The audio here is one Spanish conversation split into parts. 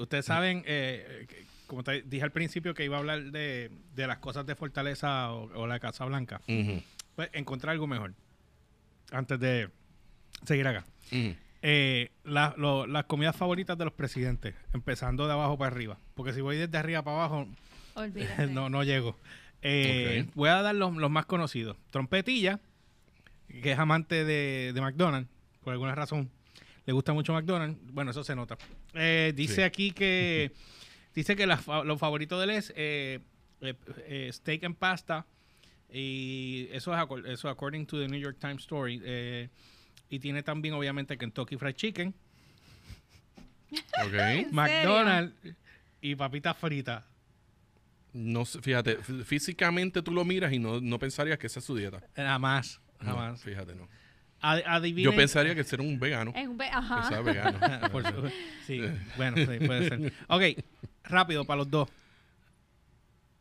ustedes saben, eh, eh, como te dije al principio, que iba a hablar de, de las cosas de Fortaleza o, o la Casa Blanca. Ujú, Pues encontrar algo mejor. Antes de seguir acá. ujú. Eh, la- lo- las comidas favoritas de los presidentes, empezando de abajo para arriba. Porque si voy desde arriba para abajo, Olvídate. no, no llego. Eh, Ok. Voy a dar los, los más conocidos. Trompetilla, que es amante de, de McDonald's, por alguna razón. Le gusta mucho McDonald's. Bueno, eso se nota. Eh, dice Sí. aquí que... dice que la fa- lo favorito de él es eh, eh, eh, steak and pasta. Y eso es acor- eso according to the New York Times Story. eh, y tiene también, obviamente, Kentucky Fried Chicken, Ok. ¿En serio? McDonald's y papitas fritas. No sé, fíjate, f- físicamente tú lo miras y no, no pensarías que esa es su dieta. Jamás, No, jamás. fíjate, no. Ad- adivinen- Yo pensaría que ser un vegano. Es un be- Que Ajá. sea vegano. Por su- sí, bueno, sí, puede ser. Ok, rápido para los dos.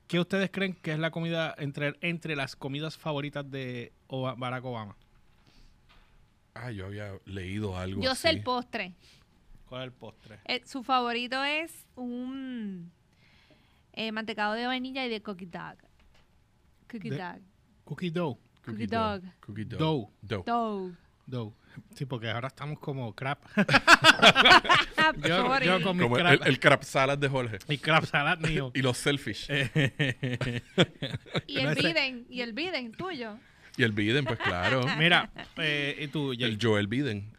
¿Qué ustedes creen que es la comida entre, entre las comidas favoritas de Oba- Barack Obama? Ah, yo había leído algo. Yo sé así. el postre. ¿Cuál es el postre? Eh, su favorito es un eh, mantecado de vainilla y de cookie dog. Cookie De- dog. Cookie dough. Cookie dog. Cookie dog. Dough. Dough. Dog. Dough. Sí, porque ahora estamos como crap. Ah, Yo, sorry. yo con mi Como el, crap. el- el crab salad de Jorge. mi crap salad mío. Y los selfish. Eh. y el no sé. Biden, y el Biden tuyo. Y el Biden, pues claro. Mira, eh, y tú, Y Jay? el Joel Biden.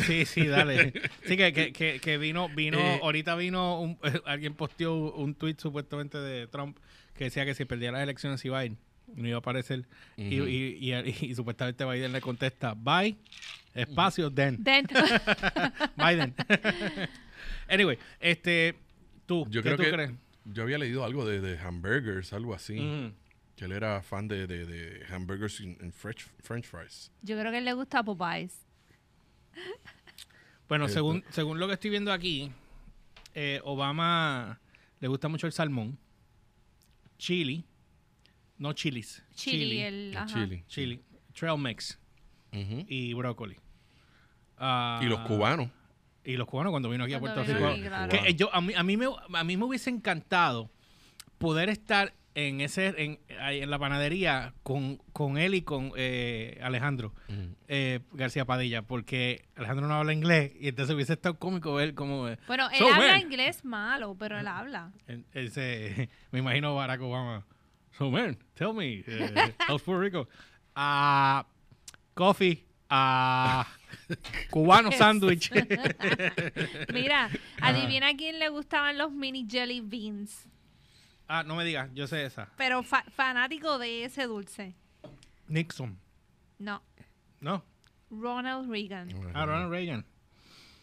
Sí, sí, dale. Sí, que, que, que, que vino, vino, Eh, ahorita vino, un- alguien posteó un tweet supuestamente de Trump que decía que si perdía las elecciones iba a ir, no iba a aparecer. Y- Ujú. y, y- y supuestamente Biden le contesta, bye, espacio, then, Dentro. Biden. anyway, este, tú, Yo ¿qué creo tú que crees? yo había leído algo de, de hamburgers, algo así. Ujú. Que él era fan de, de, de hamburgers y y French, French fries. yo creo que le gusta Popeyes. Bueno, Esto. según, según lo que estoy viendo aquí, eh, Obama le gusta mucho el salmón, chili, no chilis, Chili, el, El ajá. chili. chili, trail mix Ujú. y brócoli. Ah, Y los cubanos. Y los cubanos cuando vino aquí a Cuando Puerto vino Rico. aquí, claro. Que, eh, yo, a, mí, a, mí me, a mí me hubiese encantado poder estar en ese en, ahí en la panadería con, con él y con eh, Alejandro Ujú. eh, García Padilla, porque Alejandro no habla inglés y entonces hubiese estado cómico ver cómo... eh, Bueno, él So, habla man. inglés malo, pero él habla. en- ese, me imagino Barack Obama. So, man, tell me, eh, how's Puerto Rico? Ah, coffee, ah, cubano sándwich. Mira, adivina a quién le gustaban los mini jelly beans. ah, no me digas, yo sé esa. Pero fa- fanático de ese dulce. Nixon, No, ¿no? Ronald Mm. Reagan. Ah, Ronald Reagan,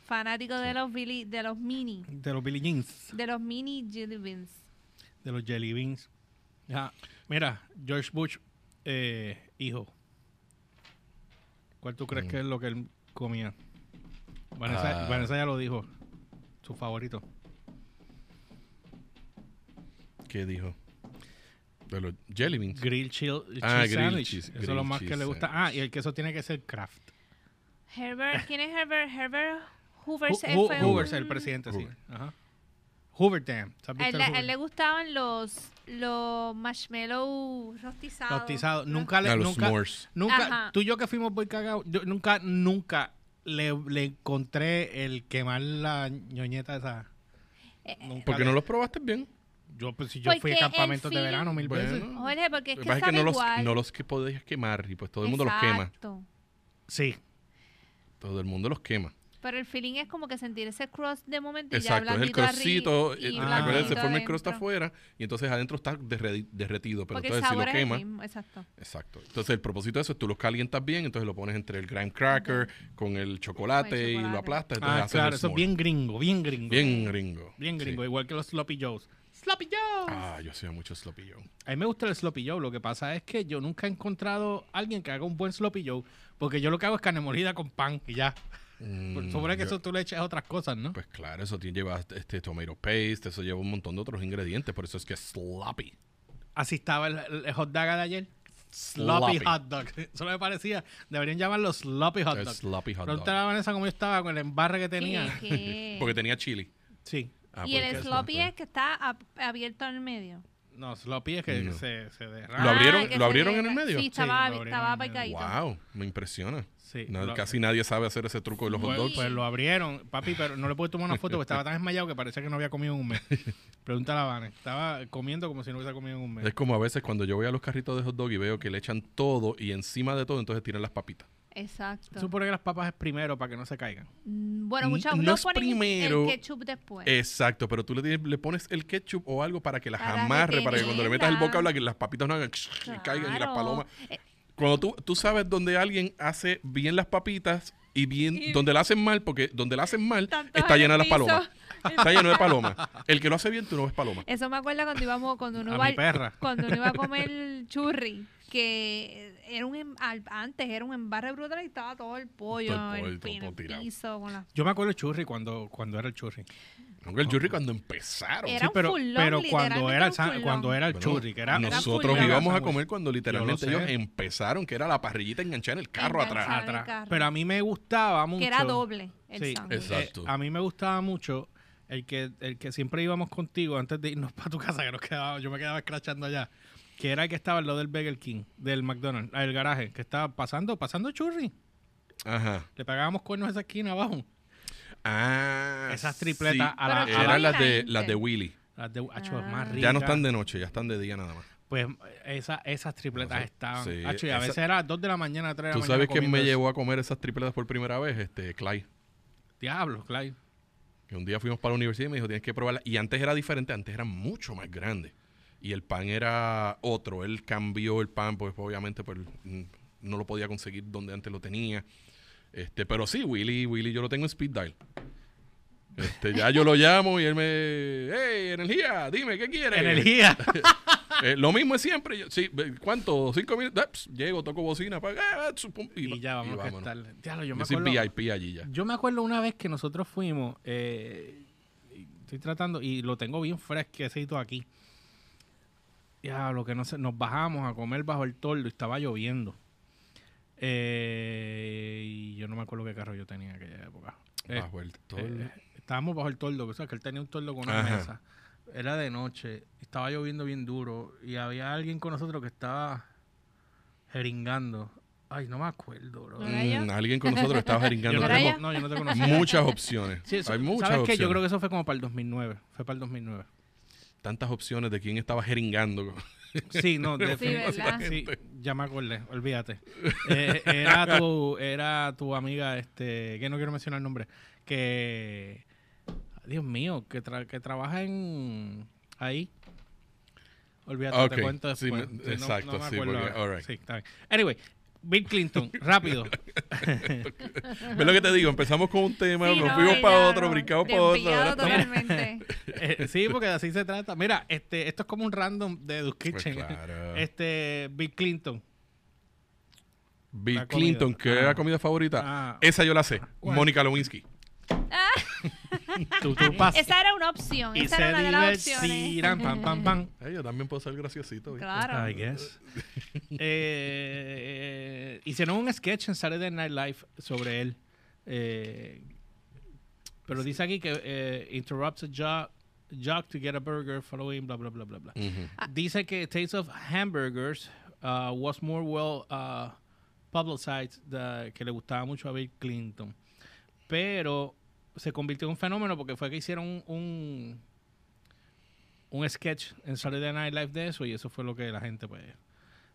Fanático de los Billy, de los mini, de los Billy Jeans, de los mini jelly beans. de los Jelly Beans. Ah, mira, George Bush, eh, hijo. ¿Cuál tú crees que es lo que él comía? Vanessa, Ah. Vanessa ya lo dijo, su favorito. ¿Qué dijo? De los jelly beans. Grill chill Ah, cheese grill sandwich. cheese- Eso es grill lo más cheese que le gusta. Ah, y el queso tiene que ser Kraft. Herbert, ¿quién es Herbert? Herbert Hoover. Hu- él Hu- fue Hoover, un- el presidente, sí. Hoover. Ajá. Hoover Dam. ¿Sabes A él, Víctor le- a Hoover? él le gustaban los, los marshmallows rostizados. Rostizado. ¿no? Nunca le. Ah, los nunca, s'mores. nunca Ajá. Tú y yo que fuimos Boy Cagao, yo nunca, nunca le, le encontré el quemar la ñoñeta esa. Eh, eh, Nunca ¿Por qué le- no los probaste bien? Yo, pues, si yo fui a Porque el campamentos de feeling- verano mil veces. Bueno. Jorge, porque es Lo que que pasa es que sabe no los, igual. no los que podías quemar y pues todo el mundo los quema. Exacto. Sí. Todo el mundo los quema. Pero el feeling es como que sentir ese cross de momento y ya Exacto, es el blandito arri- crostito. y eh, blandito Acuérdense, se forma el cross adentro. afuera y entonces adentro está derre- derretido. Pero Porque el entonces si sabor lo es el quema. mismo, exacto. Exacto. Entonces el propósito de eso es tú los calientas bien, entonces lo pones entre el graham cracker con el chocolate, Con el y lo chocolate. aplastas. Entonces Ah, haces claro, el eso es s'more. bien gringo, bien gringo. Bien gringo. Bien Sí. gringo, igual que los Sloppy Joes. ¡Sloppy Joes! Ah, yo hacía mucho sloppy joe. A mí me gusta el sloppy joe. Lo que pasa es que yo nunca he encontrado a alguien que haga un buen sloppy joe. Porque yo lo que hago es carne molida con pan y ya. Por Mm, Supone que yo- eso tú le echas otras cosas, ¿no? Pues claro, eso tiene, lleva este tomato paste, eso lleva un montón de otros ingredientes, por eso es que es sloppy. Así estaba el, el hot dog de ayer. Sloppy, Sloppy. hot dog. Eso me parecía. Deberían llamarlo sloppy hot Es dog. sloppy hot Pregúntale dog. Eh. a Vanessa cómo yo estaba con el embarre que tenía. ¿Qué, qué? Porque tenía chili. Sí. Ah, y el porque- sloppy es que está ab- abierto en el medio. No, sloppy es que No. se, se Lo derrama. abrieron- que lo se abrieron ve- en el medio? Sí, Sí, estaba, lo abrieron en estaba el medio. picadito. Wow, me impresiona. Sí, No, lo- casi nadie sabe hacer ese truco de los hot Pues, dogs. pues lo abrieron, papi, pero no le pude tomar una foto porque estaba tan desmayado que parecía que no había comido en un mes. Pregúntale a Vane. Estaba comiendo como si no hubiese comido en un mes. Es como a veces cuando yo voy a los carritos de hot dog y veo que le echan todo y encima de todo, entonces tiran las papitas. Exacto. Supone que las papas es primero para que no se caigan. Mm, Bueno, N- muchas no no es ponen primero, eh, el ketchup después. Exacto, pero tú le, tienes- le pones el ketchup o algo para que las Para que amarre, para que cuando le metas el rinda. vocablo, que las papitas no hagan y caigan y las Claro. palomas. Eh, Cuando tú, tú sabes donde alguien hace bien las papitas y bien Y- donde la hacen mal, porque donde la hacen mal tanto está en llena de el las piso. palomas. Está lleno de palomas. El que lo hace bien, tú no ves palomas. Eso me acuerda cuando íbamos, cuando uno A iba mi perra. cuando uno iba a comer churri, que era un em- al- antes era un embarre brutal y estaba todo el pollo, Todo el pollo, el, todo- pi- todo el tirado. piso con las Yo me acuerdo el churri cuando, cuando era el churri. Aunque el churri cuando empezaron. Era sí, un pero, full long, pero cuando literalmente era, un el sa- full cuando long. era el Bueno, churri, que era Nosotros full íbamos a long. comer cuando literalmente Yo lo ellos sé. empezaron, que era la parrillita enganchada en el carro atrás. Enganchada. atrás. carro. Pero a mí me gustaba mucho. que era doble el Sí, sándwich. exacto. eh, a mí me gustaba mucho el que, el que siempre íbamos contigo antes de irnos para tu casa, que nos quedaba, yo me quedaba escrachando allá. Que era el que estaba al lado del Burger King, del McDonald's, ah, el garaje, que estaba pasando, pasando churri. Ajá. Le pagábamos cuernos a esa esquina abajo. Ah, Esas tripletas a la- Pero a la- Eran las de, Freelance. las de Willy. Las de acho, Ah. más ricas. Ya no están de noche, ya están de día nada más. Pues esa, esas tripletas Sí, estaban. sí, acho, y a esa- veces era 2 de la mañana, 3 de la ¿Tú mañana. sabes quién comiendo me eso. llevó a comer esas tripletas por primera vez? Este, Clay. Diablo, Clyde. Que un día fuimos para la universidad y me dijo, tienes que probarla. Y antes era diferente, antes era mucho más grande. Y el pan era otro. Él cambió el pan, pues obviamente pues, mm, no lo podía conseguir donde antes lo tenía. Este, pero sí, Willy, Willy, yo lo tengo en speed dial. Este, ya yo lo llamo y él me, hey, energía, dime, ¿qué quieres? Energía. Eh, lo mismo es siempre. Yo, sí, ve, ¿cuánto? Cinco minutos. Ah, ps, llego, toco bocina, pa- ah, tsu, pum, y, va- y ya vamos a vámonos. estar. Diablo, yo Yo me soy acuerdo. VIP allí ya. Yo me acuerdo una vez que nosotros fuimos, eh, y estoy tratando, y lo tengo bien fresquecito aquí. Diablo, que no sé, nos bajamos a comer bajo el toldo y estaba lloviendo. Eh, y yo no me acuerdo qué carro yo tenía en aquella época. Eh, Bajo el toldo. eh, estábamos bajo el toldo, o sea, que él tenía un toldo con una Ajá. mesa. Era de noche, estaba lloviendo bien duro y había alguien con nosotros que estaba jeringando. Ay, no me acuerdo, bro. ¿No era yo? Mm, alguien con nosotros estaba Yo jeringando. no, ¿Era te- yo? no, yo no te conocía. Tenemos muchas opciones. Sí, eso- Hay muchas ¿Sabes qué? opciones. Yo creo que eso fue como para el 2009. Fue para el 2009. Tantas opciones de quién estaba jeringando. Sí, no, ¿verdad? definitivamente. Sí, ya me acordé, olvídate. Eh, era, tu, era tu amiga, este, que no quiero mencionar el nombre, que. Dios mío, que, tra- que trabaja en. Ahí. Olvídate, Ok, te cuento sí, después. me- no- exacto, me sí, acuerdo porque- ahora. alright. Sí, está bien. Anyway, Bill Clinton, rápido. ¿Ves lo que te digo? Empezamos con un tema, Sí, nos no, fuimos ya, para no, otro, brincamos para otro. desviado ¿verdad? totalmente. Eh, sí, porque así se trata. Mira, este, esto es como un random de Duke Pues Kitchen. claro. Este, Bill Clinton. Bill La comida. Clinton, ¿qué Ah. era comida favorita? Ah. Esa yo la sé. ¿Cuál? Mónica Lewinsky. Tú, tú pasas. Esa era una opción, y esa se era ¿eh? una de las opciones. divertirán, pam, pam, pam. Ay, yo también puedo ser graciosito. ¿viste? Claro. I guess. Eh, eh, hicieron un sketch en Saturday Night Live sobre él. Eh, pero dice aquí que eh, interrupts a jog, jog to get a burger following bla bla bla bla bla. Ujú. Dice que Taste of Hamburgers uh, was more well uh, publicized, the- que le gustaba mucho a Bill Clinton. Pero se convirtió en un fenómeno porque fue que hicieron un, un, un sketch en Saturday Night Live de eso y eso fue lo que la gente pues...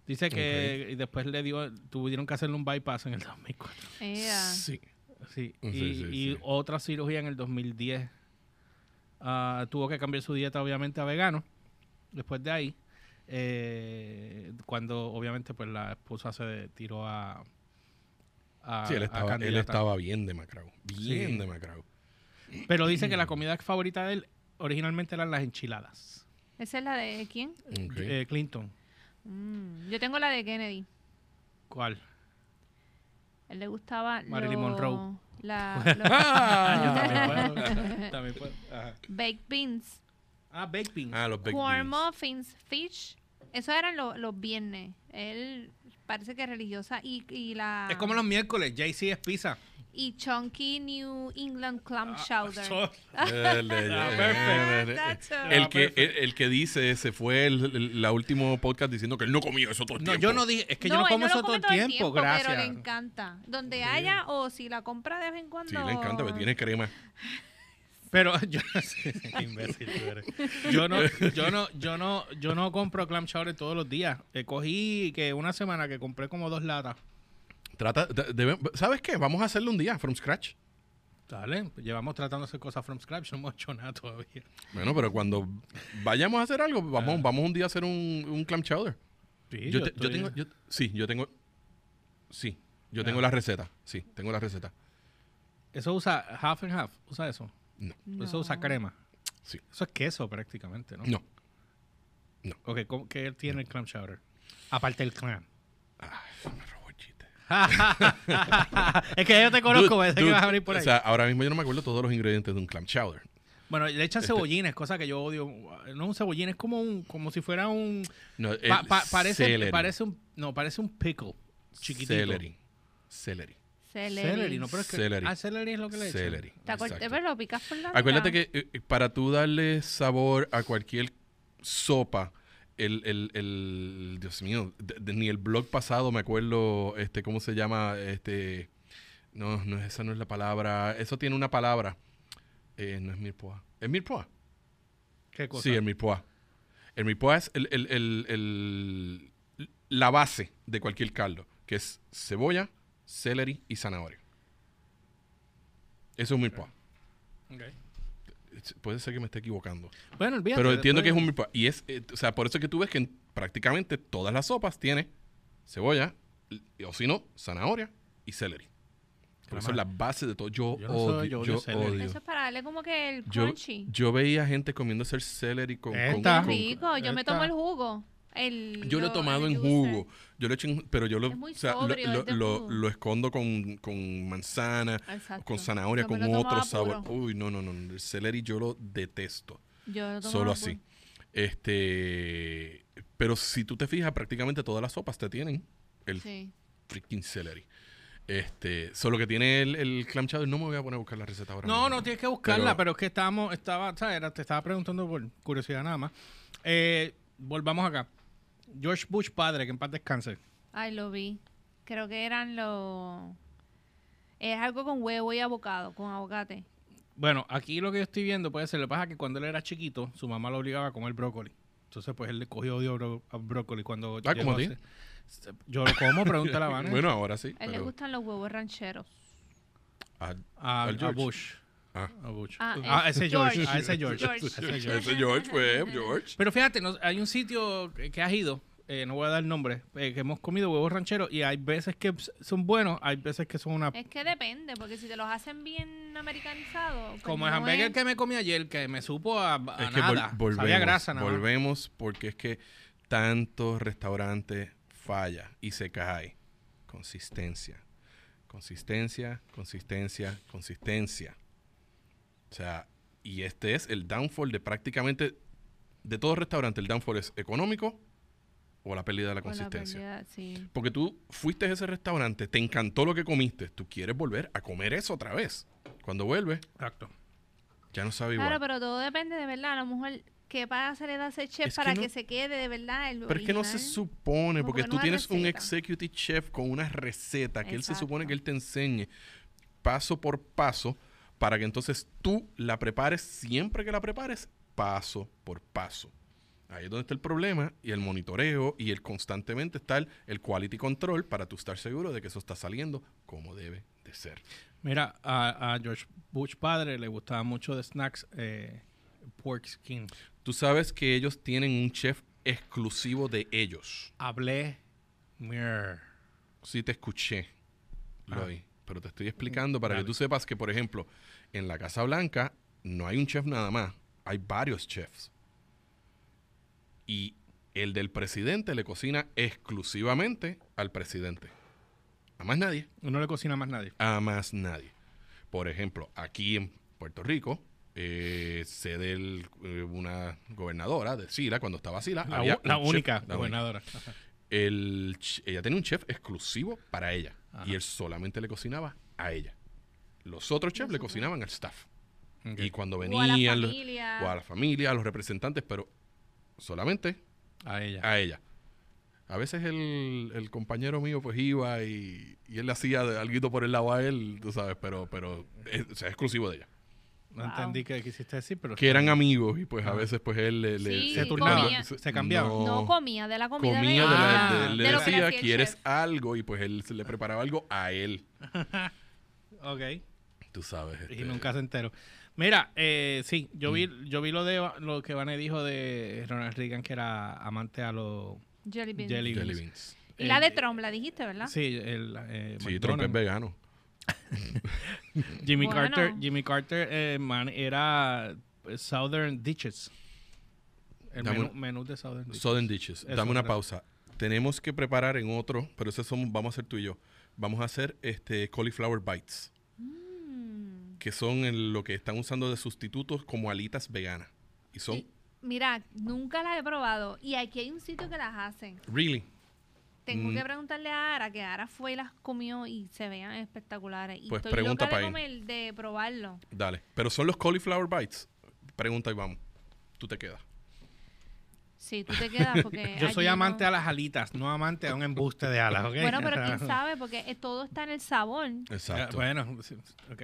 Dice que y después le dio, tuvieron que hacerle un bypass en el 2004. Ea. Sí, Sí. Sí, y, sí, y sí. otra cirugía en el 2010. Ah, tuvo que cambiar su dieta, obviamente, a vegano. Después de ahí, eh, cuando obviamente pues la esposa se de- tiró a. a- Sí, él a estaba, él candidata. estaba bien demacrado. Bien Sí. demacrado. Pero dice que la comida favorita de él originalmente eran las enchiladas. Esa es la de quién? Ok. Eh, Clinton, Mm, yo tengo la de Kennedy. ¿cuál? A él le gustaba Marilyn lo- Monroe. La, Ah, yo los también puedo. también puedo. Ajá. baked beans, Ah, baked beans. ah, los baked corn beans. muffins, fish. Eso eran lo- los viernes. Él parece que es religiosa y, y la... es como los miércoles, JC es pizza. y Chunky New England Clam Ah, Chowder. so- El, de- Ah, el- perfecto. el- el que, el, perfecto. el que dice, se fue el, el- la último podcast diciendo que él no comía eso todo el No, tiempo. yo no dije, es que yo no él como eso lo todo come el tiempo, gracias. Pero le encanta. Donde Sí. haya o si la compra de vez en cuando. Sí, le encanta, pero tiene crema. Pero yo no sé, qué imbécil tú eres. Yo no, yo no, yo no, yo no compro clam chowder todos los días. Eh, cogí que una semana que compré como dos latas. Trata, de- debe- ¿Sabes qué? Vamos a hacerlo un día, from scratch. Dale, pues llevamos tratando de hacer cosas from scratch, no hemos hecho nada todavía. Bueno, pero cuando vayamos a hacer algo, vamos, Ah. vamos un día a hacer un, un clam chowder. Sí, Yo, te- yo estoy- tengo, yo- sí, yo tengo, sí, yo Ah. tengo la receta. Sí, tengo la receta. Eso usa half and half, usa eso. Eso No. usa crema. Sí. Eso es queso prácticamente, ¿no? No, Ok, ¿cómo- ¿qué tiene el clam chowder? Aparte del clam. me robó el chiste. es que yo te conozco, Dude, ese que dude, vas a venir por ahí. O sea, ahora mismo yo no me acuerdo todos los ingredientes de un clam chowder. bueno, le echan este- cebollines, cosa que yo odio. No es un cebollín, es como un, como si fuera un No, el Pa- pa- parece, celery. parece un no parece un pickle chiquitito Celery. Celery. Celery. celery no pero es que Celery. ah celery es lo que le echan. Celery. ¿Te acuer- Exacto. pero lo picas por la Acuérdate mitad. que eh, eh, para tú darle sabor a cualquier sopa, el, el, el- Dios mío, de- de- ni el blog pasado me acuerdo, este, ¿cómo se llama? Este, no, no, esa no es la palabra. Eso tiene una palabra. Eh, no es milpoa. ¿Es milpoa? qué cosa Sí, el milpoa. El milpoa es el, el- el- el- la base de cualquier caldo, que es cebolla, celery y zanahoria. Eso es un milpoa. Ok. Puede ser que me esté equivocando. bueno olvídate Pero entiendo que es después- un milpa. Y es, eh, o sea, por eso es que tú ves que en prácticamente todas las sopas tiene cebolla, l- o si no, zanahoria y celery. Porque eso es la base de todo. Yo, Yo no soy- odio, yo yo, odio celery. odio. Eso es para darle como que el Yo, crunchy. yo veía gente comiéndose el celery con... con- Esta. Qué con- rico. Yo me tomo Esta. el jugo. El, yo lo he tomado el en dulce. jugo. Yo lo he hecho en- Pero yo lo, Es muy o sea, lo- sobrio, lo, es de lo- jugo. lo escondo con, con manzana, Exacto. con zanahoria, Yo me con lo tomaba otro sabor. puro. Uy, no, no, no. El celery yo lo detesto. Yo lo tomaba Solo puro. así. Este, pero si tú te fijas, prácticamente todas las sopas te tienen el Sí. freaking celery. Este, solo que tiene el, el clam chowder, no me voy a poner a buscar la receta ahora. no mismo. no tienes que buscarla pero, Pero- es que estábamos estaba ¿sabes? Era- te estaba preguntando por curiosidad nada más Eh, volvamos acá George Bush padre que en paz descanse Ay, lo vi. Creo que eran los... Es algo con huevo y abocado, con aguacate. Bueno, aquí lo que yo estoy viendo puede ser, lo que pasa es que cuando él era chiquito, su mamá lo obligaba a comer brócoli. Entonces, pues él le cogió odio a bró- a brócoli cuando... Ah, llegó ¿como a ti? ser- se- Yo lo como, pregúntale a Vane. Bueno, ahora sí. A él le pero- gustan los huevos rancheros. ah, a, al a George. Bush. Ah. A Bush. Ah, Ah, ese George. George. A ese George. George. a ese George. ese George fue George. Pero fíjate, nos- hay un sitio que, que has ido, eh, no voy a dar el nombre, eh, que hemos comido huevos rancheros y hay veces que s- son buenos, hay veces que son una... Es que depende, porque si te los hacen bien americanizados... pues Como el no hamburger es- que me comí ayer, que me supo a, a Es que vol- nada. volvemos, Sabía grasa nada más. volvemos porque es que tantos restaurantes falla y se cae. Consistencia, consistencia, consistencia, consistencia. O sea, y este es el downfall de prácticamente de todo restaurante. El downfall es económico o la pérdida de la con la consistencia. pérdida, sí. Porque tú fuiste a ese restaurante, te encantó lo que comiste, tú quieres volver a comer eso otra vez. Cuando vuelves, Exacto. ya no sabe igual. Claro, pero todo depende de verdad. A lo mejor qué pasa le da ese chef Es que para que, no- se quede de verdad el Pero es que no se original? supone, No, porque porque tú no hay tienes un receta. executive chef con una receta que él se supone Exacto. que él te enseñe paso por paso para que entonces tú la prepares siempre que la prepares, paso por paso. Ahí es donde está el problema y el monitoreo y el constantemente estar el quality control para tú estar seguro de que eso está saliendo como debe de ser. Mira, a, a George Bush padre le gustaba mucho de snacks eh, pork skin. Tú sabes que ellos tienen un chef exclusivo de ellos. Hablé. Mir. Sí, te escuché, Loy, pero te estoy explicando para Ah. Dale. que tú sepas que, por ejemplo, en la Casa Blanca no hay un chef nada más, hay varios chefs. Y el del presidente le cocina exclusivamente al presidente. A más nadie. No le cocina más nadie. A más nadie. Por ejemplo, aquí en Puerto Rico, eh, sé de una gobernadora de Sila, cuando estaba Sila, La, había u- la un chef- única la única gobernadora. Ajá. el, ch- ella tenía un chef exclusivo para ella Ajá. y él solamente le cocinaba a ella. Los otros chefs le Los otros. cocinaban al staff. Ok. Y cuando O a la venían, los- familia. o a la familia, a los representantes, pero solamente A ella. a ella. A veces el, el compañero mío pues iba y, y él le hacía de- alguito por el lado a él, tú sabes, pero, pero es, o sea, es exclusivo de ella. No Wow. entendí qué quisiste decir, pero. Que eran amigos y pues a Ah. veces pues él le... le- Sí, Se él- turnaban, comía. se- se cambiaban. No comía de la comida. Oh. comía de la- Ah, de- de lo le que le decía, hacía el ¿quieres chef". algo? Y pues él se le preparaba algo a él. Ok. Tú sabes. Y este, mm. nunca se enteró. Mira, eh, sí, yo vi, yo vi lo de lo que Vane dijo de Ronald Reagan, que era amante a los Jelly beans. jelly Jelly Eh, beans. beans. Y la de El- Trump, la dijiste, ¿verdad? Sí, el eh, Sí, McDonald's. Trump es vegano. Jimmy Bueno. Carter, Jimmy Carter, eh, man, era eh, Southern Ditches. El Dame menú, un- menú de Southern Ditches. Southern Ditches. Eso, Dame una gracias. pausa. Tenemos que preparar en otro, pero eso somos, vamos a hacer tú y yo. Vamos a hacer este cauliflower bites, Mm. que son el- lo que están usando de sustitutos como alitas veganas. Y son, Y- Mira, nunca las he probado. Y aquí hay un sitio que las hacen. really, Tengo Mm. que preguntarle a Ara, que Ara fue y las comió y se vean espectaculares. Y Pues estoy pregunta loca pa' de ahí. comer, de probarlo. dale. Pero son los cauliflower bites. Pregunta y vamos. Tú te quedas. Sí, tú te quedas porque... Yo soy allí no- amante a las alitas, no amante a un embuste de alas, ¿ok? Bueno, pero O sea, quién sabe, porque eh, todo está en el sabor. eh, Bueno, sí, ok.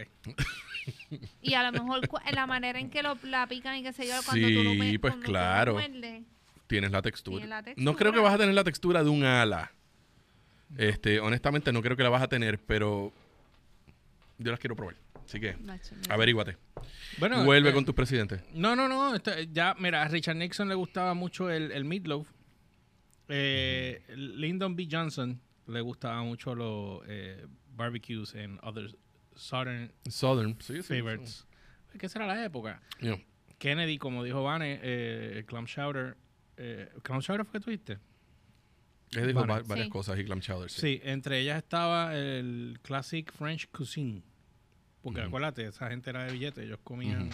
Y a lo mejor cu- la manera en que lo, la pican y qué sé yo, cuando tú lo Sí, mue- pues cuando tú lo claro. muerdes. Tienes la textura. Tiene la No creo que textura. vas a tener la textura de un ala. Este, honestamente, no creo que la vas a tener, pero yo las quiero probar. Así que, Macho, mira. averíguate. Bueno, Vuelve eh, con tus presidentes. No, no, no. esto- eh, ya, mira, a Richard Nixon le gustaba mucho el, el meatloaf. Eh, Lyndon B. Johnson le gustaba mucho los eh, barbecues and other southern Southern. Sí, sí, sí. favorites. ¿Qué será la época? Yeah. Kennedy, como dijo Vane, eh, el clam chowder. Eh, ¿Clam chowder fue que tuviste? Él dijo Bueno. va- varias Sí. cosas y clam chowder. Sí. Sí. entre ellas estaba el classic French cuisine. Porque Ujú. acuérdate, esa gente era de billete, ellos comían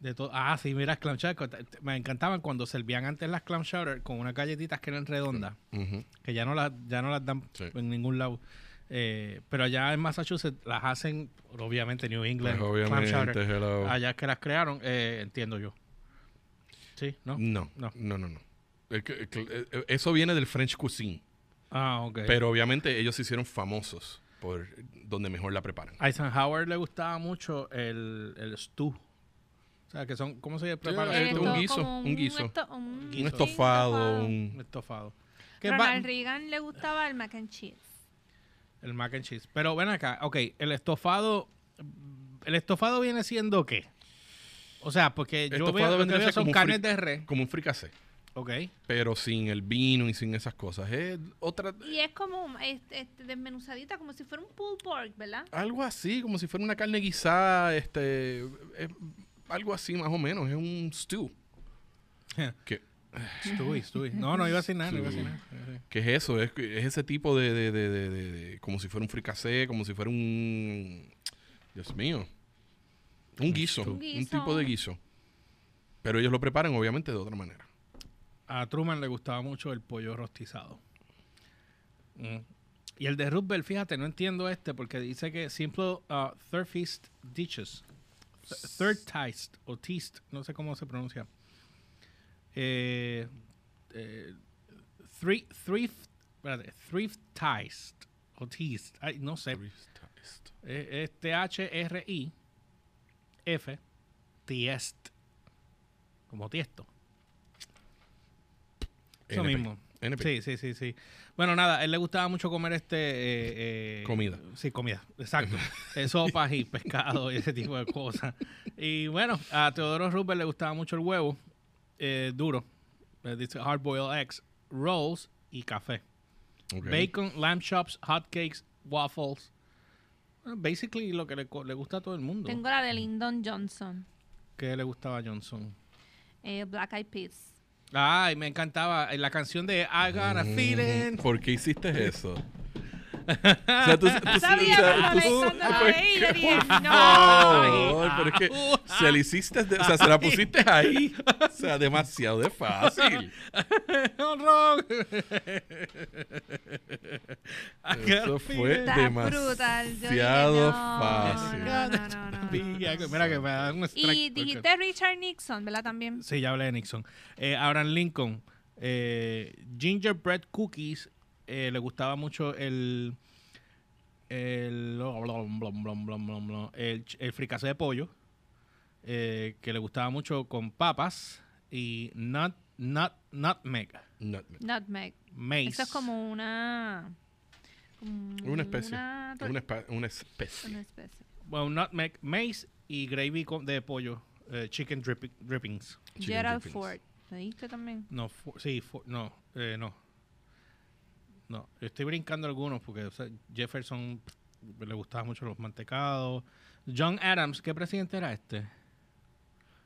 de todo. Ah, sí, mira, las clam chowder. te- te- Me encantaban cuando servían antes las clam chowder con unas galletitas que eran redondas, Ujú. que ya no las, ya no las dan Sí. en ningún lado. Eh, pero allá en Massachusetts las hacen, obviamente, New England, Pues, clam obviamente, oh. chowder. Ah, hello. Allá es que las crearon, eh, entiendo yo. ¿Sí? ¿No? No, No. no, no, no. El que- el que- el- el- Eso viene del French cuisine. Ah, ok. Pero obviamente ellos se hicieron famosos por donde mejor la preparan. Eisenhower le gustaba mucho el, el stew. O sea, que son, ¿cómo se prepara Eh, el Esto stew? un como guiso, un guiso. esto- un guiso. Un estofado, Un un... estofado. Que va- Ronald Reagan le gustaba el mac and cheese. el mac and cheese. Pero ven acá, ok, el estofado, mm, ¿el estofado viene siendo qué? O sea, porque yo Estofado veo, lo que vendría a veo ser son como un carnes fri- de res, Como un fricasé. ok. pero sin el vino y sin esas cosas. Es otra, Y es como un- este, este, desmenuzadita, como si fuera un pulled pork, ¿verdad? algo así, como si fuera una carne guisada, este, es algo así más o menos, es un stew. que, Stewie, stewie. No, no iba a decir nada, no iba a decir Stew. nada. Sí, que es eso, es, es ese tipo de, de, de, de- de- de- como si fuera un fricasé, como si fuera un, Dios mío, un guiso, stew. un, Un guiso. tipo de guiso. Pero ellos lo preparan obviamente de otra manera. sí. A Truman le gustaba mucho el pollo rostizado. Mm. Y el de Roosevelt, fíjate, no entiendo este porque dice que simple uh, third feast dishes. Th- Third Tist o Tist, no sé cómo se pronuncia. Eh, eh, three, thrift, espérate, thrift Tist o Tist, ay, no sé. Eh, Es T-H-R-I-F, Tiest, como tiesto. Eso NP. mismo. NP. Sí, sí, sí, sí. Bueno, nada, a él le gustaba mucho comer este... eh, eh, Comida. Sí, comida, exacto. Eh, sopas y pescado y ese tipo de cosas. Y bueno, a Teodoro Rupert le gustaba mucho el huevo eh, duro, eh, dice hard boiled eggs, rolls y café. Ok. Bacon, lamb chops, hot cakes, waffles. Bueno, Basically lo que le, co- le gusta a todo el mundo. Tengo la de Lyndon Johnson, Que le gustaba a Johnson. eh, Black Eyed Peas. Ay, me encantaba eh, la canción de I got a feeling. ¿Por qué hiciste eso? o sea, tú, tú- Sabía, o sea, pero tú- Ah, Alexander la pues, veía y qué- dije, por no. favor, pero es que se la hiciste, de- o sea, se la pusiste ahí, o sea, demasiado de fácil. Ron. I Eso fue Está brutal. Yo dije, demasiado no, fácil. No, no, no, no, no, Pilla, no. que- Mira que me da un Y strike, porque- dijiste Richard Nixon, ¿verdad? También. Sí, ya hablé de Nixon. Eh, Abraham Lincoln. eh, gingerbread cookies. eh, le gustaba mucho el. El. oh, blom, blom, blom, blom, blom, blom, el, ch- el fricasé de pollo. eh, que le gustaba mucho con papas. Y nut, nut, nutmeg. No, Nutmeg. Mace. Eso es como una. como una especie. Una, Una, espa- una especie. una especie. Bueno, nutmeg, mace y gravy con- de pollo. eh, chicken drippi- drippings. Chicken Gerald drippings. Ford. ¿Lo dijiste también? No, fu- sí, fu- no, eh, no. No, yo estoy brincando algunos porque o sea, Jefferson pff, le gustaban mucho los mantecados. John Adams, ¿qué presidente era este?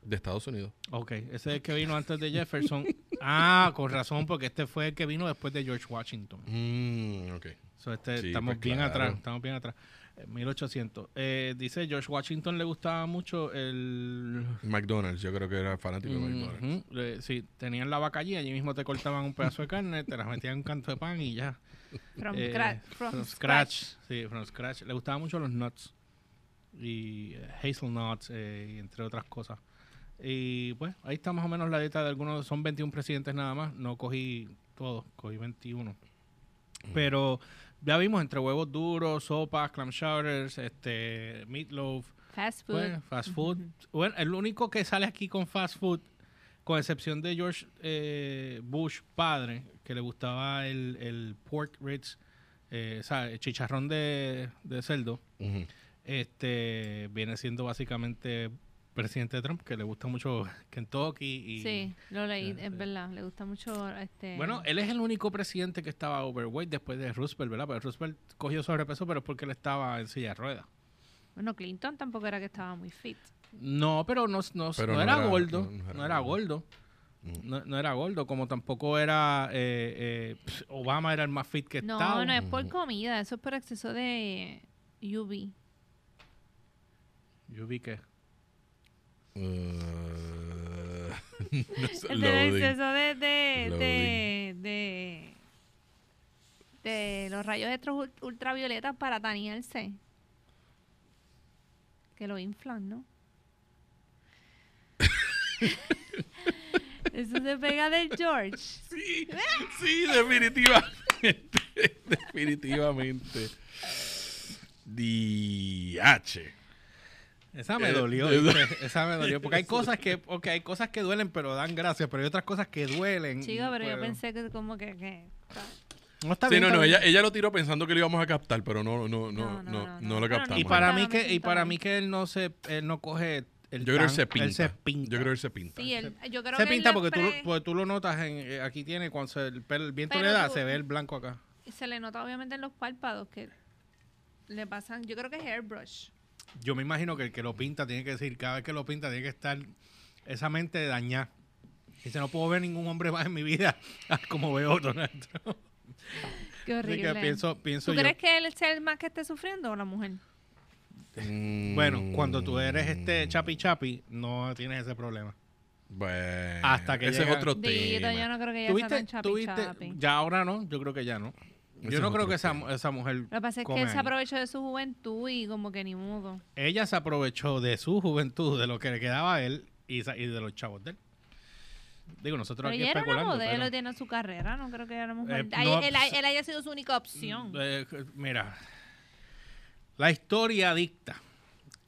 De Estados Unidos. Ok, ese es el que vino antes de Jefferson. ah, con razón, porque este fue el que vino después de George Washington. Mm, ok. So, este, Sí, estamos pues, bien claro. atrás, estamos bien atrás. Eh, 1800. Eh, dice George Washington le gustaba mucho el McDonald's, yo creo que era fanático de McDonald's. Ujú. Le- sí, tenían la vaca allí, allí mismo te cortaban un pedazo de carne, te las metían en un canto de pan y ya. From, Eh, cra- from, scratch. Sí, from scratch. Le gustaban mucho los nuts. Y eh, hazelnuts, eh, y entre otras cosas. Y pues ahí está más o menos la dieta de algunos. Son 21 presidentes nada más. No cogí todos, cogí 21. Pero ya vimos entre huevos duros, sopas, clam chowders, este, meatloaf, Fast food. bueno, fast food. Bueno, el único que sale aquí con fast food, con excepción de George eh, Bush padre, que le gustaba el, el pork ribs, eh, o sea, el chicharrón de, de cerdo, Ujú. este viene siendo básicamente presidente Trump, que le gusta mucho Kentucky y... Sí, lo leí, eh, es verdad. Le gusta mucho este. Bueno, él es el único presidente que estaba overweight después de Roosevelt, ¿verdad? Porque Roosevelt cogió sobrepeso, pero es porque él estaba en silla de ruedas. Bueno, Clinton tampoco era que estaba muy fit. No, pero no, no, Pero no no era, era- gordo. No, no- no era Mm. era gordo. gordo. No, no era gordo, como tampoco era. eh, eh, pss, Obama era el más fit que No, estaba. no es por Ujú. comida, eso es por exceso de UV. Yo vi que. Uh, Es no, del loading. exceso de de, de, Loading. de de los rayos extra ul- ultravioletas para tanearse. Que lo inflan, ¿no? Eso se pega del George. Sí, sí, definitivamente. definitivamente. DH. Esa me Eh, dolió. eh, ¿viste? Esa me dolió. Porque hay cosas que. ok, hay cosas que duelen, pero dan gracias. Pero hay otras cosas que duelen. Chico, y, pero yo pues, pensé que como que... que- No está Sí, bien, no, está no, bien. ella, ella lo tiró pensando que lo íbamos a captar, pero no, no, no, no, no, lo Pero no captamos. Y Bueno, para no mí me que, y siento para mal. mí que él no se. Él no coge. El yo tan, creo que él se pinta. Él se pinta. Yo creo que él se pinta. Sí, él- yo creo se que él pinta le porque tú, pre- lo- porque tú lo notas. En, eh, aquí tiene. Cuando se- el, pel- el viento Pero le da, tú- se ve el blanco acá. se le nota obviamente en los párpados que le pasan... Yo creo que es airbrush. Yo me imagino que el que lo pinta tiene que decir, cada vez que lo pinta tiene que estar esa mente de dañar. Dice, no puedo ver ningún hombre más en mi vida como veo Donald Trump. Qué Así horrible. que pienso, pienso ¿Tú yo. crees que él es el más que esté sufriendo o la mujer? Mm, Bueno, cuando tú eres este chapi chapi, no tienes ese problema. Bueno, Hasta que ese llega- es otro Dito, tema. yo no creo que ella sea ¿Tuviste? tan chapi ¿Tuviste? chapi. Ya ahora no, yo creo que ya no. Ese Yo es no creo otro que esa, tema. esa mujer. Lo que pasa es que come él se ahí. aprovechó de su juventud y como que ni mudo. Ella se aprovechó de su juventud, de lo que le quedaba a él y, sa- y de los chavos de él. Digo, nosotros Pero, aquí ella era una especulando. modelo, pero- tiene su carrera, no creo que era una Eh, mujer. no, Ay, él, pues, él haya sido su única opción. Eh, mira, la historia dicta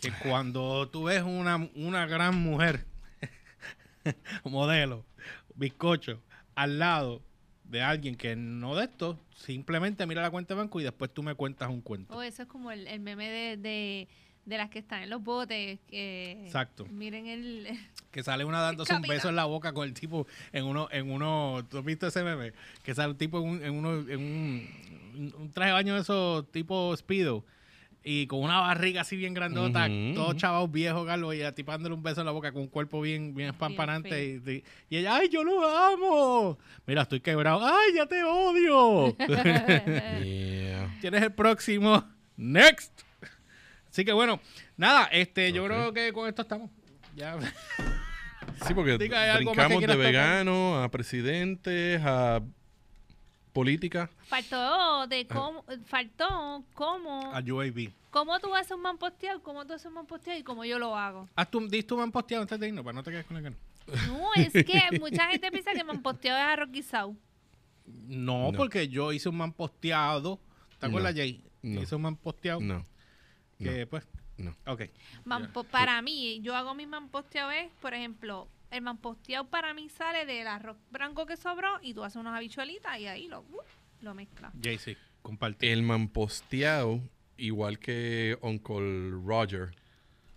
que cuando tú ves una, una gran mujer, modelo, bizcocho, al lado de alguien que no de esto, simplemente mira la cuenta de banco y después tú me cuentas un cuento. O eso es como el, el meme de, de, de las que están en los botes. Que, Exacto. Miren el... Que sale una dándose un Capitán. beso en la boca con el tipo en uno, en uno, ¿tú has visto ese meme? Que sale un tipo en un, en uno, en un, un traje de baño de esos tipo Speedo y con una barriga así bien grandota, Ujú, todos ujú. chavos viejos, Carlos, y la tipa dándole un beso en la boca con un cuerpo bien, bien espampanante. feo. Y, y- y ella, ¡ay, yo lo amo! Mira, estoy quebrado. ¡Ay, ya te odio! Yeah. ¿Quién es el próximo? ¡Next! Así que bueno, nada, este, yo Ok. creo que con esto estamos. Ya. Sí, porque Diga, ¿hay algo más que brincamos de quieras tocar? vegano a presidentes, a política. Faltó Eh. de cómo, faltó cómo, A UAB. cómo tú haces un man posteado, cómo tú haces un man posteado y cómo yo lo hago. Haz tu, dis tu manposteado antes de irnos, para no te quedes con el que no. No, es que mucha gente piensa que man posteo es a Rocky Sau. No, No. porque yo hice un manposteado. ¿Te acuerdas, No. Jay? No. Hice un manposteado. No, Que pues, no. ok. Man po- para mí, yo hago mi man posteo es, por ejemplo, el man posteo para mí sale del arroz blanco que sobró y tú haces unas habichuelitas y ahí lo, uh, lo mezclas. Jay, sí, comparte. El mamposteado, igual que Uncle Roger,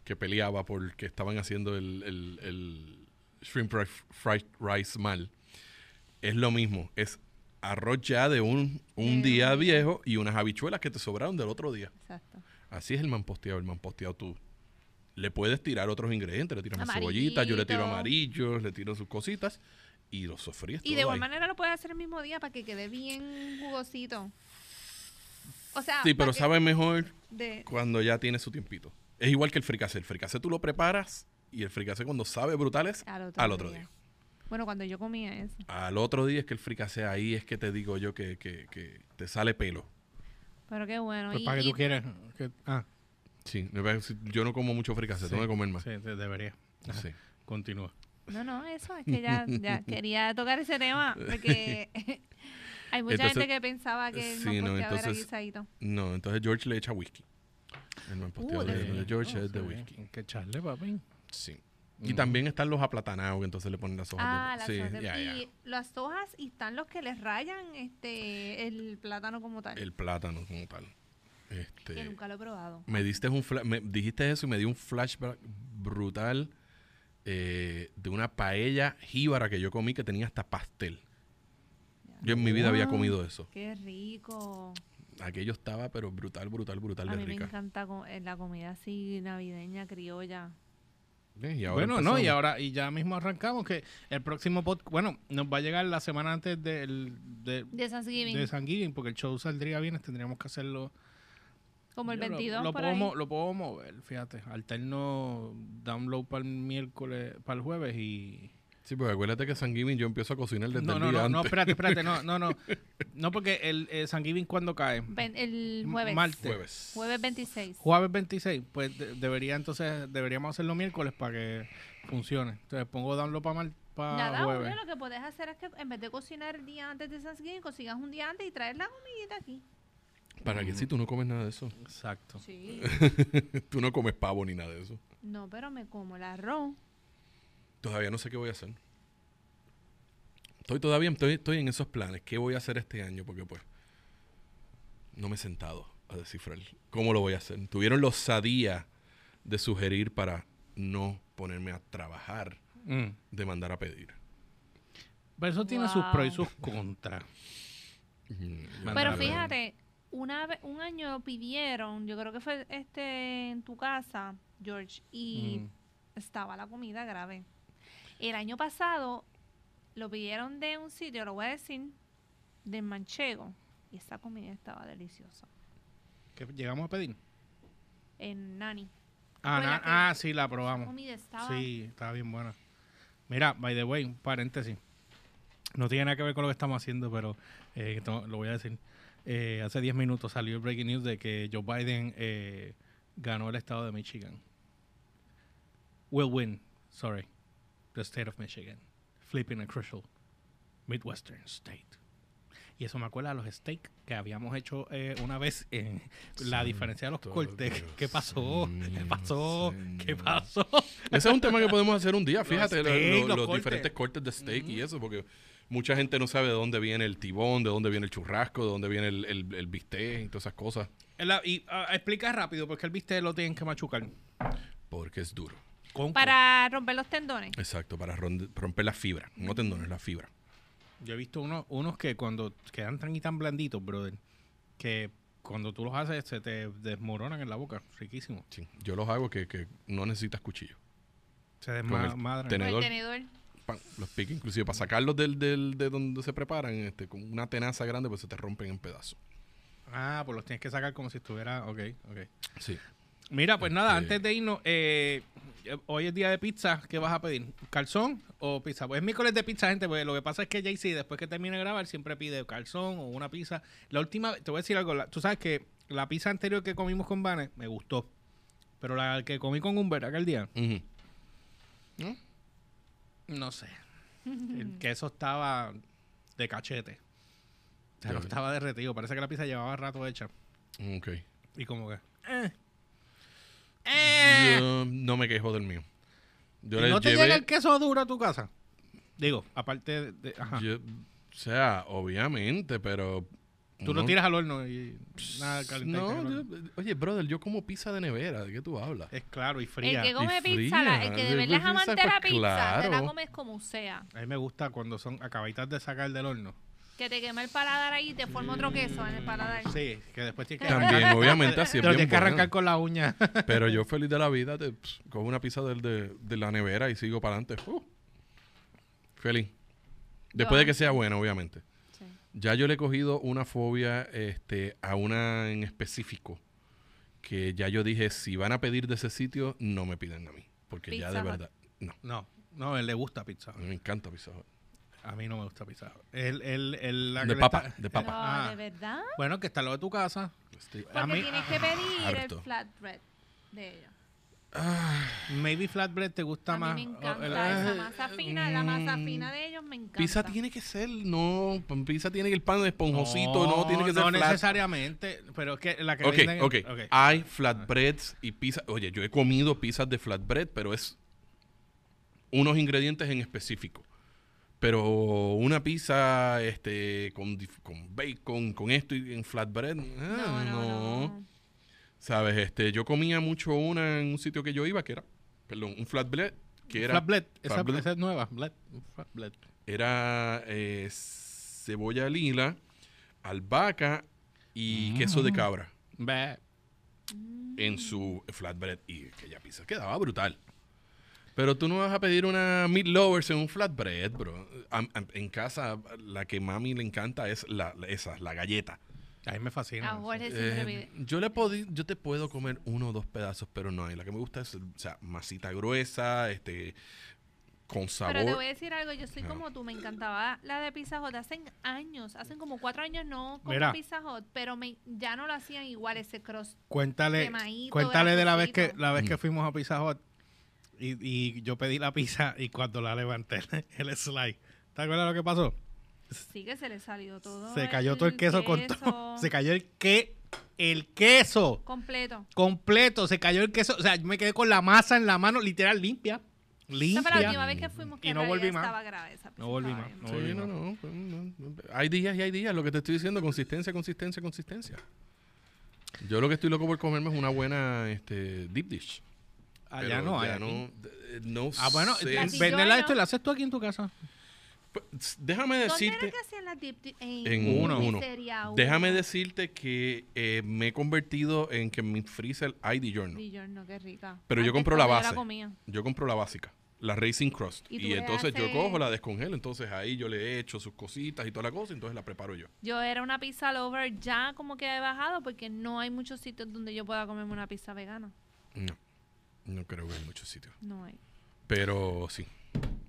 que peleaba porque estaban haciendo el, el- el shrimp fri- fried rice mal, es lo mismo. Es arroz ya de un, un Eh. día viejo y unas habichuelas que te sobraron del otro día. Exacto. Así es el mamposteado. El mamposteado tú le puedes tirar otros ingredientes. Le tiras una cebollita, yo le tiro Amarillito. amarillos, le tiro sus cositas y lo sofríes Y todo de igual ahí. manera lo puedes hacer el mismo día para que quede bien jugosito. O sea, Sí, pa' pero que- sabe mejor de- cuando ya tiene su tiempito. Es igual que el fricase. El fricase tú lo preparas y el fricase cuando sabe brutal es al otro, al otro día. Bueno, cuando yo comía eso. Al otro día es que el fricase ahí es que te digo yo que, que- que te sale pelo. Pero qué bueno. Pues y- para que y- tú quieras. que- ah, Sí, me parece- yo no como mucho fricase, tengo que comer más. sí, Sí. de- debería. Continúa. No, no, eso es que ya, ya quería tocar ese tema porque hay mucha Entonces- gente que pensaba que el sí, mamposteado no, era entonces- guisadito. No, entonces George le echa whisky. El mamposteado de- de, de George no, es de Eh, sí, whisky. hay Que echarle, papi. Sí. Y también están los aplatanados que entonces le ponen las hojas. Ah, de- las sí, hojas de- ya, ya. y las hojas y están los que les rayan este el plátano como tal. El plátano como tal. Este, Que nunca lo he probado. Me diste un fla- me dijiste eso y me dio un flashback brutal eh, de una paella jíbara que yo comí que tenía hasta pastel. Yo en mi vida había Wow. comido eso. Qué rico. Aquello estaba, pero brutal, brutal, brutal A de mí me rica. encanta co- eh, la comida así navideña, criolla. Eh, y ahora bueno, no, y empezamos. ahora, y ya mismo arrancamos que el próximo podcast, bueno, nos va a llegar la semana antes del, de, De Thanksgiving. de San Giving, porque el show saldría viernes, tendríamos que hacerlo. como el Yo lo- 22 Lo, por puedo, ahí. mo- lo puedo mover, fíjate. Alterno download para el miércoles, para el jueves y. Sí, pues acuérdate que San Giving yo empiezo a cocinar desde No, el no, día no, no, antes. espérate, espérate, no, no, no. No, porque el eh, San Giving cuando cae. Ven- el jueves. Martes. Jueves. Jueves 26. Jueves 26, pues de- debería entonces, deberíamos hacerlo miércoles para que funcione. Entonces pongo download para mal, para Nada, ah, jueves. Julio, lo que puedes hacer es que en vez de cocinar el día antes de Thanksgiving, consigas un día antes y traer la comidita aquí. ¿Para que si tú no comes nada de eso? Exacto. Sí. Tú no comes pavo ni nada de eso. No, pero me como el arroz. Todavía no sé qué voy a hacer. Estoy todavía estoy, estoy en esos planes. ¿Qué voy a hacer este año? Porque pues no me he sentado a descifrar cómo lo voy a hacer. Tuvieron la osadía de sugerir para no ponerme a trabajar, Mm. de mandar a pedir. Pero eso tiene sus pros y Wow. sus contras. Mm, Pero Claro. fíjate, una ve- un año pidieron, yo creo que fue este en tu casa, George, y Mm. estaba la comida grave. El año pasado lo pidieron de un sitio, lo voy a decir, de Manchego, y esa comida estaba deliciosa. ¿Qué llegamos a pedir? En Nani. Ah, Fue la na- que- ah, sí, la La probamos. comida estaba Sí, estaba bien buena. Mira, by the way, un paréntesis. No tiene nada que ver con lo que estamos haciendo, pero eh, to- lo voy a decir. Eh, hace 10 minutos salió el breaking news de que Joe Biden eh, ganó el estado de Michigan. Will win, sorry, the state of Michigan. Flipping a crucial Midwestern state. Y eso me acuerda a los steaks que habíamos hecho eh, una vez en la diferencia de los Santo cortes. ¿Qué Dios pasó? ¿Qué mío, pasó? ¿Qué Señor. pasó? Ese es un tema que podemos hacer un día, fíjate, lo- steak, los lo- los, cortes. diferentes cortes de steak y eso, porque mucha gente no sabe de dónde viene el tibón, de dónde viene el churrasco, de dónde viene el, el, el bistec y todas esas cosas, La- y ah, explica rápido, porque el bistec lo tienen que machucar. porque es duro. Con- para romper los tendones. Exacto, para ronde- romper la fibra. No tendones, la fibra. Yo he visto unos, unos que cuando quedan tan y tan blanditos, brother, que cuando tú los haces se te desmoronan en la boca. Riquísimo. Sí. Yo los hago que, que no necesitas cuchillo. Se Con el desmadran. tenedor. Con El tenedor. Pan, los pique inclusive para sacarlos del, del- de donde se preparan, este, con una tenaza grande, pues se te rompen en pedazos. Ah, pues los tienes que sacar como si estuviera. Ok, ok. Sí. Mira, pues nada, Este- antes de irnos, eh, eh, hoy es día de pizza, ¿qué vas a pedir? ¿Calzón o pizza? Pues es miércoles de pizza, gente, porque lo que pasa es que Jay-Z, después que termine de grabar, siempre pide calzón o una pizza. La última, te voy a decir algo, la- tú sabes que la pizza anterior que comimos con Vanes me gustó, pero la que comí con Humbert aquel día, Ujú. no sé. El queso estaba de cachete. O sea, no Ya. estaba derretido. Parece que la pizza llevaba rato hecha. Ok. Y como que... eh, Yo no me quejo del mío. Yo ¿Y le ¿No te llevé- llega el queso duro a tu casa? Digo, aparte de... de- ajá. yo- o sea, obviamente, pero... Tú uno- lo tiras al horno y nada caliente. No, yo- oye, brother, yo como pizza de nevera. ¿De qué tú hablas? Es claro y fría. El que come y pizza, la- el fría. que de Yo verdad es prefiero amante esa, de la pues, pizza, te la claro. comes como sea. A mí me gusta cuando son acabaditas de sacar del horno. Que te quema el paladar ahí y te forma otro queso en el paladar. Sí, que después tienes que Mm. También, arrancar- obviamente, así Te es lo bien tienes que arrancar buena. con la uña. Pero yo feliz de la vida, te, pss, cojo una pizza del- de, de la nevera y sigo para adelante. Uh, feliz. Después de que sea buena, obviamente. Sí. Ya yo le he cogido una fobia este, a una en específico que ya yo dije, si van a pedir de ese sitio, no me pidan a mí. Porque ya Pizza de Hut. verdad, no, No, no, a él le gusta pizza. a mí me encanta Pizza Hut. A mí no me gusta pizza. Él, él, él, la De que papa, está- de Pero, papa. Ah. ¿de verdad? Bueno, que está lo de tu casa. Este, Ah. Porque mí- tienes que pedir harto. el flatbread de ellos. Maybe flatbread te gusta A más. mí me O encanta oh, el- Ah, esa eh, masa fina, la masa mm, fina de ellos me encanta. Pizza tiene que ser, no, pizza tiene el pan esponjosito, no, No, tiene que ser No flat. necesariamente, pero es que la que Ok, venden- ok. Ah, ok. Hay flatbreads y pizza. Oye, yo he comido pizzas de flatbread, pero es unos ingredientes en específico. Pero una pizza este, con, dif- con bacon, con esto y en flatbread, ah, No, no, no, no. Sabes, este, yo comía mucho una en un sitio que yo iba, que era, perdón, un flatbread, que era, Flatbread, esa, flatbread. esa es nueva. Bled, flatbread. era eh, cebolla lila, albahaca y queso Mm. de cabra. Bleh. en su flatbread y aquella pizza quedaba brutal. Pero tú no vas a pedir una meat lovers en un flatbread, bro. Am- am- en casa la que mami le encanta es la, la- esa, la galleta. A mí me fascina. A eso. Jorge Eh, siempre pide. yo le podí- yo te puedo comer uno o dos pedazos, pero no. Y la que me gusta es, o sea, masita gruesa, este, con Pero te sabor. voy a decir algo, yo soy Ajá. como tú, me encantaba la de Pizza Hut hacen años, hacen como cuatro años no como Mira. Pizza Hut, pero me, ya no lo hacían igual ese cross. Cuéntale, De maíz, cuéntale todo de la vez que grasosito. la vez que Mm. fuimos a Pizza Hut y, y yo pedí la pizza y cuando la levanté el slide, ¿te acuerdas lo que pasó? Sí que se le salió todo. se cayó todo el queso, con todo, queso se cayó el que el queso Completo. completo, se cayó el queso, o sea, yo me quedé con la masa en la mano, literal limpia, Esa fue la limpia. última vez que fuimos que Y en no realidad volví más. estaba grave esa pizza, No volví estaba más, bien. no. Sí, no, no, pues, no, no. Hay días y hay días. Lo que te estoy diciendo, consistencia, consistencia, consistencia. Yo lo que estoy loco por comerme es una buena este, deep dish. Allá Pero no, ya allá no, no. eh, no Ah, bueno, sé. eh, Platillo véndela no. esto y la haces tú aquí en tu casa. Pues, Déjame ¿Dónde era decirte. que hacían las dip eh, dip- En uno. uno. Miseria, uno. Déjame decirte que eh, me he convertido en que en mi freezer hay DiGiorno. DiGiorno, qué rica. Pero yo Antes, compro la cuando yo base. comía. Yo compro la básica, la Racing Crust. Y tú Y, le entonces yo haces- cojo, la descongelo. Entonces ahí yo le echo sus cositas y toda la cosa. Entonces la preparo yo. Yo era una pizza lover ya como que he bajado porque no hay muchos sitios donde yo pueda comerme una pizza vegana. No, no creo que en muchos sitios. No hay. Pero sí.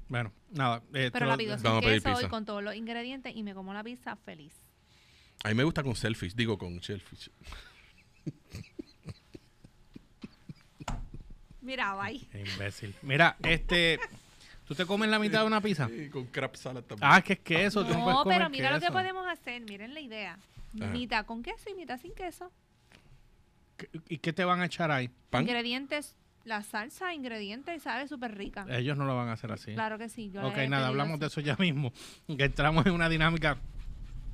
Bueno, nada. eh, Pero tú- la pido vamos a sin pedir queso y pizza. con todos los ingredientes y me como la pizza feliz. A mí me gusta con selfish, digo con shellfish. Mira, bye. Qué imbécil. Mira, este, tú te comes la mitad de una pizza. Y con crab salad también. Ah, que es queso. tú no puedes No, comer pero mira lo que queso. podemos hacer. Miren la idea. Ajá. Mitad con queso y mitad sin queso. ¿Y qué te van a echar ahí? Pan. Ingredientes, la salsa, ingredientes, sabe súper rica. Eh, Ellos no lo van a hacer así. Ah. Claro que sí. Yo la ok, he nada, pedido hablamos de así. eso ya mismo. Que entramos en una dinámica.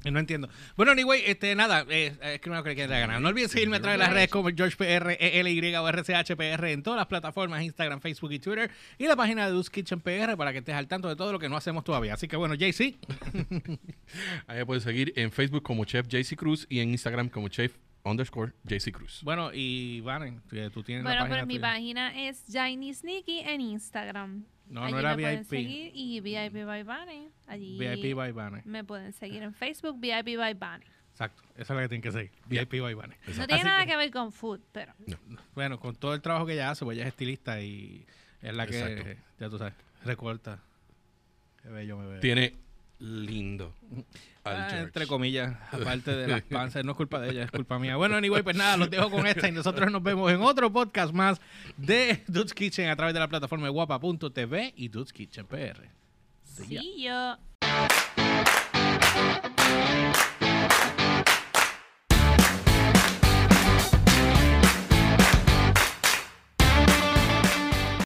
que No entiendo. Bueno, anyway, este, nada, eh, es que no creo que la ganar. No olviden seguirme a través de las redes como GeorgePR, ELY E o RCHPR en todas las plataformas, Instagram, Facebook y Twitter. Y la página de Dus Kitchen PR para que estés al tanto de todo lo que no hacemos todavía. Así que bueno, JC, Ahí me puedes seguir en Facebook como Chef JC Cruz y en Instagram como Chef underscore JC Cruz. bueno, y Varen, tú- tú tienes la Bueno, página pero mi tuya. página es Jaini Sneaky en Instagram. No, no Allí era me pueden VIP. seguir y VIP by Bunny. Allí VIP by Varen. me pueden seguir en Facebook, VIP by Bunny. Exacto, esa es la que tienen que seguir. VIP by Varen. No tiene nada que ver con food, pero Bueno, con todo el trabajo que ella hace, pues ella es estilista y Es la que, Exacto. ya tú sabes, recorta. Qué bello me veo. Tiene lindo. al Ah, George. entre comillas, aparte de las panzas, no es culpa de ella, es culpa mía. Bueno, anyway, pues nada, los dejo con esta y nosotros nos vemos en otro podcast más de Dude's Kitchen a través de la plataforma de guapa.tv y Dude's Kitchen PR. Sí, yo.